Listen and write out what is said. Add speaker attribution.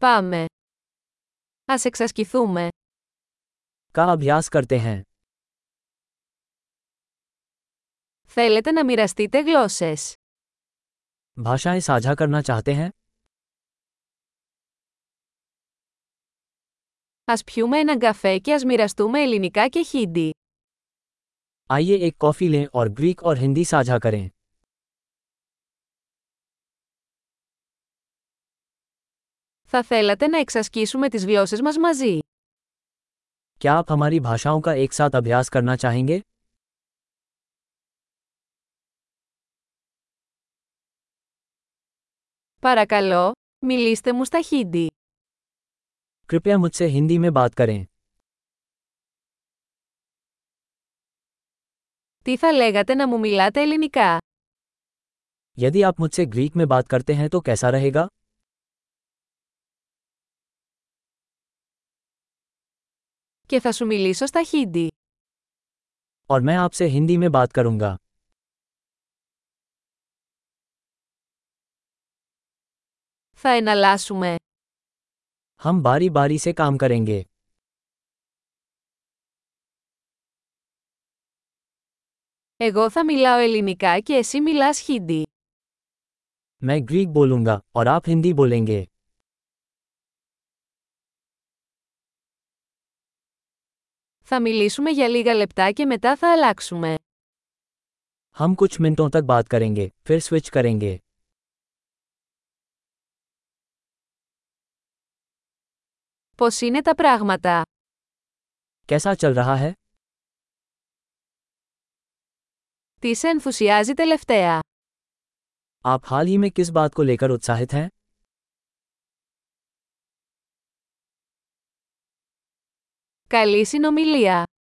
Speaker 1: Πάμε. Ας εξασκηθούμε.
Speaker 2: का अभ्यास करते हैं
Speaker 1: Θέλετε να μοιραστείτε γλώσσες.
Speaker 2: भाषाएं साझा करना चाहते हैं
Speaker 1: Ας πιούμε έναν καφέ και ας μοιραστούμε ελληνικά και χίντι.
Speaker 2: आइए एक कॉफ़ी लें और ग्रीक और हिंदी साझा करें
Speaker 1: Θα θέλατε να εξασκήσουμε τις γλώσσες μας μαζί.
Speaker 2: क्या आप हमारी भाषाओं का एक साथ अभ्यास करना चाहेंगे
Speaker 1: Παρακαλώ, μιλήστε μου στα χίντι.
Speaker 2: कृपया मुझसे हिंदी में बात करें
Speaker 1: Τι θα λέγατε να μου μιλάτε ελληνικά.
Speaker 2: यदि आप मुझसे ग्रीक में बात करते हैं तो कैसा रहेगा
Speaker 1: Και θα σου μιλήσω στα χίντι.
Speaker 2: और मैं आपसे हिंदी में बात करूंगा
Speaker 1: Θα εναλλάσσουμε.
Speaker 2: हम बारी बारी से काम करेंगे
Speaker 1: Εγώ θα μιλάω ελληνικά και εσύ μιλάς χίντι.
Speaker 2: मैं ग्रीक बोलूंगा और आप हिंदी बोलेंगे
Speaker 1: Θα μιλήσουμε για λίγα λεπτά και μετά θα αλλάξουμε.
Speaker 2: हम कुछ मिनटों तक बात करेंगे फिर स्विच करेंगे
Speaker 1: Πώς είναι τα πράγματα.
Speaker 2: कैसा चल रहा है
Speaker 1: Τι σε ενθουσιάζει τελευταία.
Speaker 2: आप हाल ही में किस बात को लेकर उत्साहित हैं
Speaker 1: Καλή συνομιλία.